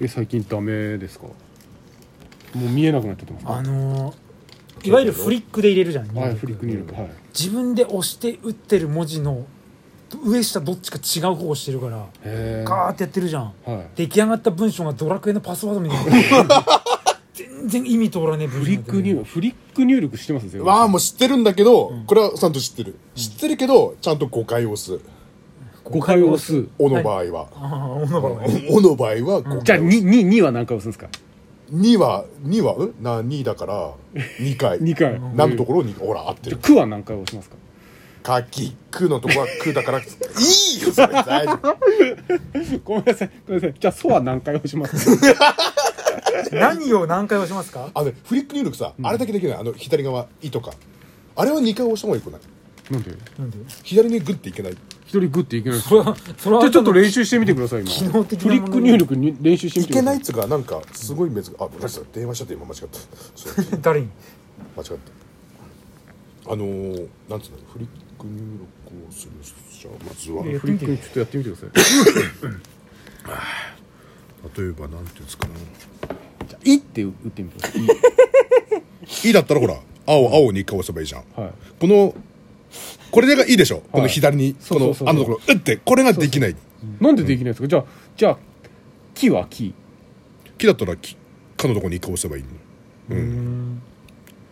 え最近ダメですかもう見えなくなっちゃってますかあのーいわゆるフリックで入れるじゃんはいフリック入力はい自分で押して打ってる文字の上下どっちか違う方をしてるからへガーってやってるじゃんえはい出来上がった文章がドラクエのパスワードみたいな全然意味通らねえ文章フにリなっック入力てるフリック入力してますよわあもう知ってるんだけど、これはちゃんと知ってる、知ってるけどちゃんと誤解をす5回押すおの場合は、ああおのばのおの場合は誤じゃあ解をす、 2, 2, 2は何回押すんですか二は二はうんな二だから二回2回なるところにほら合ってじゃるあ9は何回押しますかかきくのとこはくだからいいよそれ大丈夫ごめんなさいごめんなさいじゃあソは何回押しますか何を何回押しますかあのフリック入力さ、あれだけできないあの左側「い」とかあれは二回押した方がよくない なんでなんで左にグッていけない一人グッていけないですそれはそれはじゃあちょっと練習してみてください今機能的なフリック入力に練習してみいてくだけさないいっつうかなんかすごい珍しいあごめんなさい電話しちゃって今間違ったそう誰に間違ったあのー、なんつうのフリック入力をするじゃあまずはえフリックにちょっとやってみてください例えばなんていうんですかねじゃあ「い」って打ってみてくださいい「い」だったらほら青青に一回押せばいいじゃん、はいこのこれがいいでしょ、この左にそこうそうそのうあのところ「う」ってこれができないなんでできないんですかじゃあじゃあ「き」は「き木だったら木かのところに一回押せばいいの」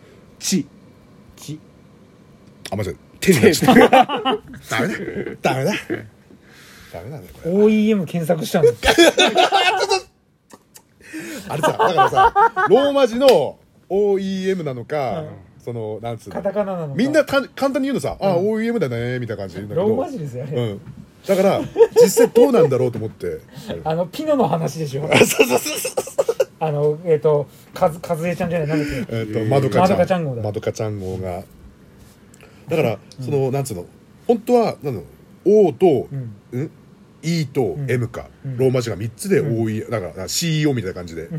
「ち」「ち」あ間違えた手になっちゃったダメだダメだダメだねこれ OEM 検索したんですあれさだからさローマ字の OEM なのか、そのなんつうのカタカナなのかみんなかん簡単に言うのさ、ああ OEM だねみたいな感じなんだけどローマ字ですよねうん、だから実際どうなんだろうと思ってあのピノの話でしょあそうそうそうそうあのえっ、とかずかずえちゃんじゃないなんだっけえっとまどかちゃんまどかちゃん号だまどかちゃん号がだからその、なんつうの本当はなんだろう O と、んうん E と M か、ローマ字が3つで OE、だから CEO みたいな感じで、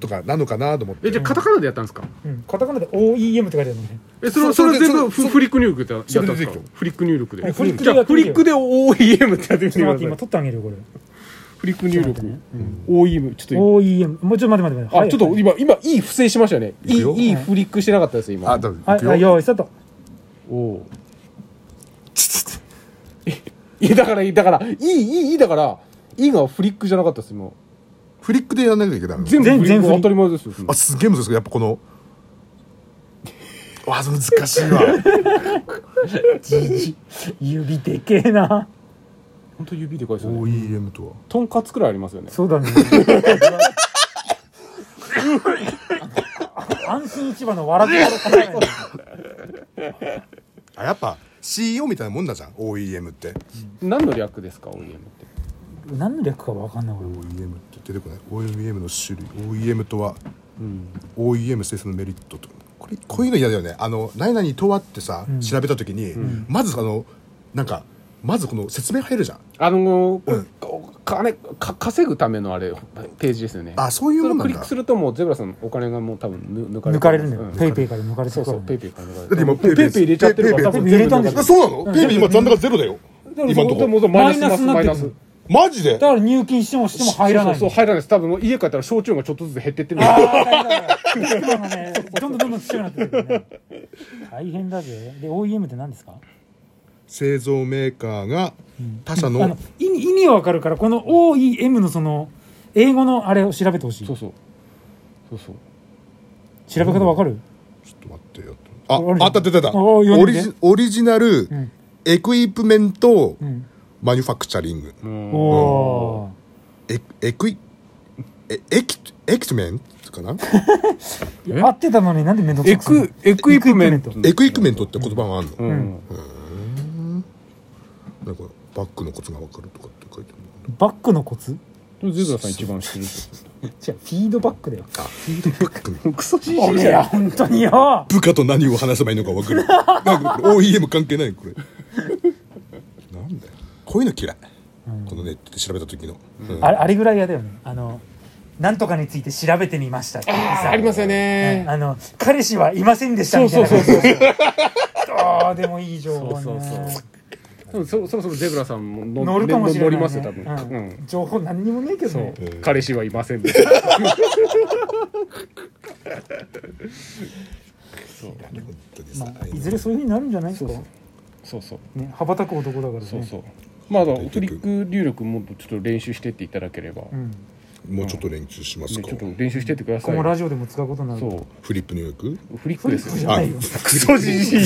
とかなのかな と思っ」てえじゃあカタカナでやったんですかうん、カタカナで OEM って書いてあるのねえそれそそれそれ全部そフフリック入力でやったんですそれでできかたのフリック入力ではいフリックじでゃやあってフみリてッよクで OEM ってやってみてちょっと待っくてださい今取ってあげるよこれフリック入ちょっ力と待ってね OEM ちょっ OEM もうちょっと待って待って待ってとあちょっと今今「い」不正しましたね「い」いくよいいフリックしてなかったです今多分はい、はい、よーいスタートお おいやだからだから「い」「い」「い」だから「い」がフリックじゃなかったです今フリックでやんなきゃいけないの全部全フリッ全クフ当リたり前ですよあすげえ難しいやっぱこの わあ難しい わ指でけえな本当指でかいですよね OEM とはとんかつくらいありますよねそうだね 安心市場の笑ってやるからあやっぱ CEO みたいなもんだじゃん OEM って何の略ですか OEM って何の略か分かんない俺 OEM って出てこない OEM の種類 OEM とは、OEM 生産のメリットとこれこういうの嫌だよねあの何々とはってさ、調べた時に、まずあのなんかまずこの説明入るじゃんあのーこれ金か稼ぐためのあれページですよねあそういうそれもんクなんリックだするともうゼブラさんのお金がもう多分ぬ抜かれて抜かれるんだよ、うペイペイから抜かれてそうるそからうねペイペイから抜かだれって今ペイペイ入れちゃってるからペイ多ペイ分ペイペイ入れ全部抜かれてたんだよるそうなのペイペイ今残高ゼロだよ今んでとこもマイナスママイイナナススになってるマジだでから入金してもしても入らないそうそうそう入らないです多分家帰ったら焼酎がちょっとずつ減ってってるんですよあー大変だなんかねどんどんどんどんちっちゃくなってくるよね大変だぜで OEM って何ですか製造メーカーが他社あの意味意味は分かるからこの OEM のその英語のあれを調べてほしいそう調そうそうそうべ方分かる、ちょっと待ってよああるじゃんあった出てたあ読んでオリジオリジナルんエクイプメントんマニュファクチャリングおおエエクイエエキエキプメントかなー、合ってたのになんで面倒くエさくするのクエクイプメントエクエクイプメントって言葉があるの、うんなんかバックのコツが分かるとかって書いてあるバックのコツゼブラさん一番知ってるじゃフィードバックだよあフィードバックのクソじいや本当によ部下と何を話せばいいのか分かるなんかこれ OEM 関係ないこれなんだよこういうの嫌い、このネットで調べた時の、うんあれあれぐらい嫌だよねあのなんとかについて調べてみましたって言ってさありますよねあの彼氏はいませんでしたそうみたそいうなそうそうどうでもいい情報ねそうそうそう多分そそろそろゼブラさんも乗乗るかもしれない、乗ね、りますよ多分、ううんん情報何にもねえけどねそう彼氏はいませんで本当にさまあ、いずれそういうふうになるんじゃないですかそうそうね、羽ばたく男だからねそうそうまあだからトリック入力もっとちょっと練習してっていただければ、ねん、もうちょっと練習しますちょっかと練習してってくださこいのラよジオでも使うことになるそそうフリップ入力フリッうクいでうことすじゃよないよクソじじい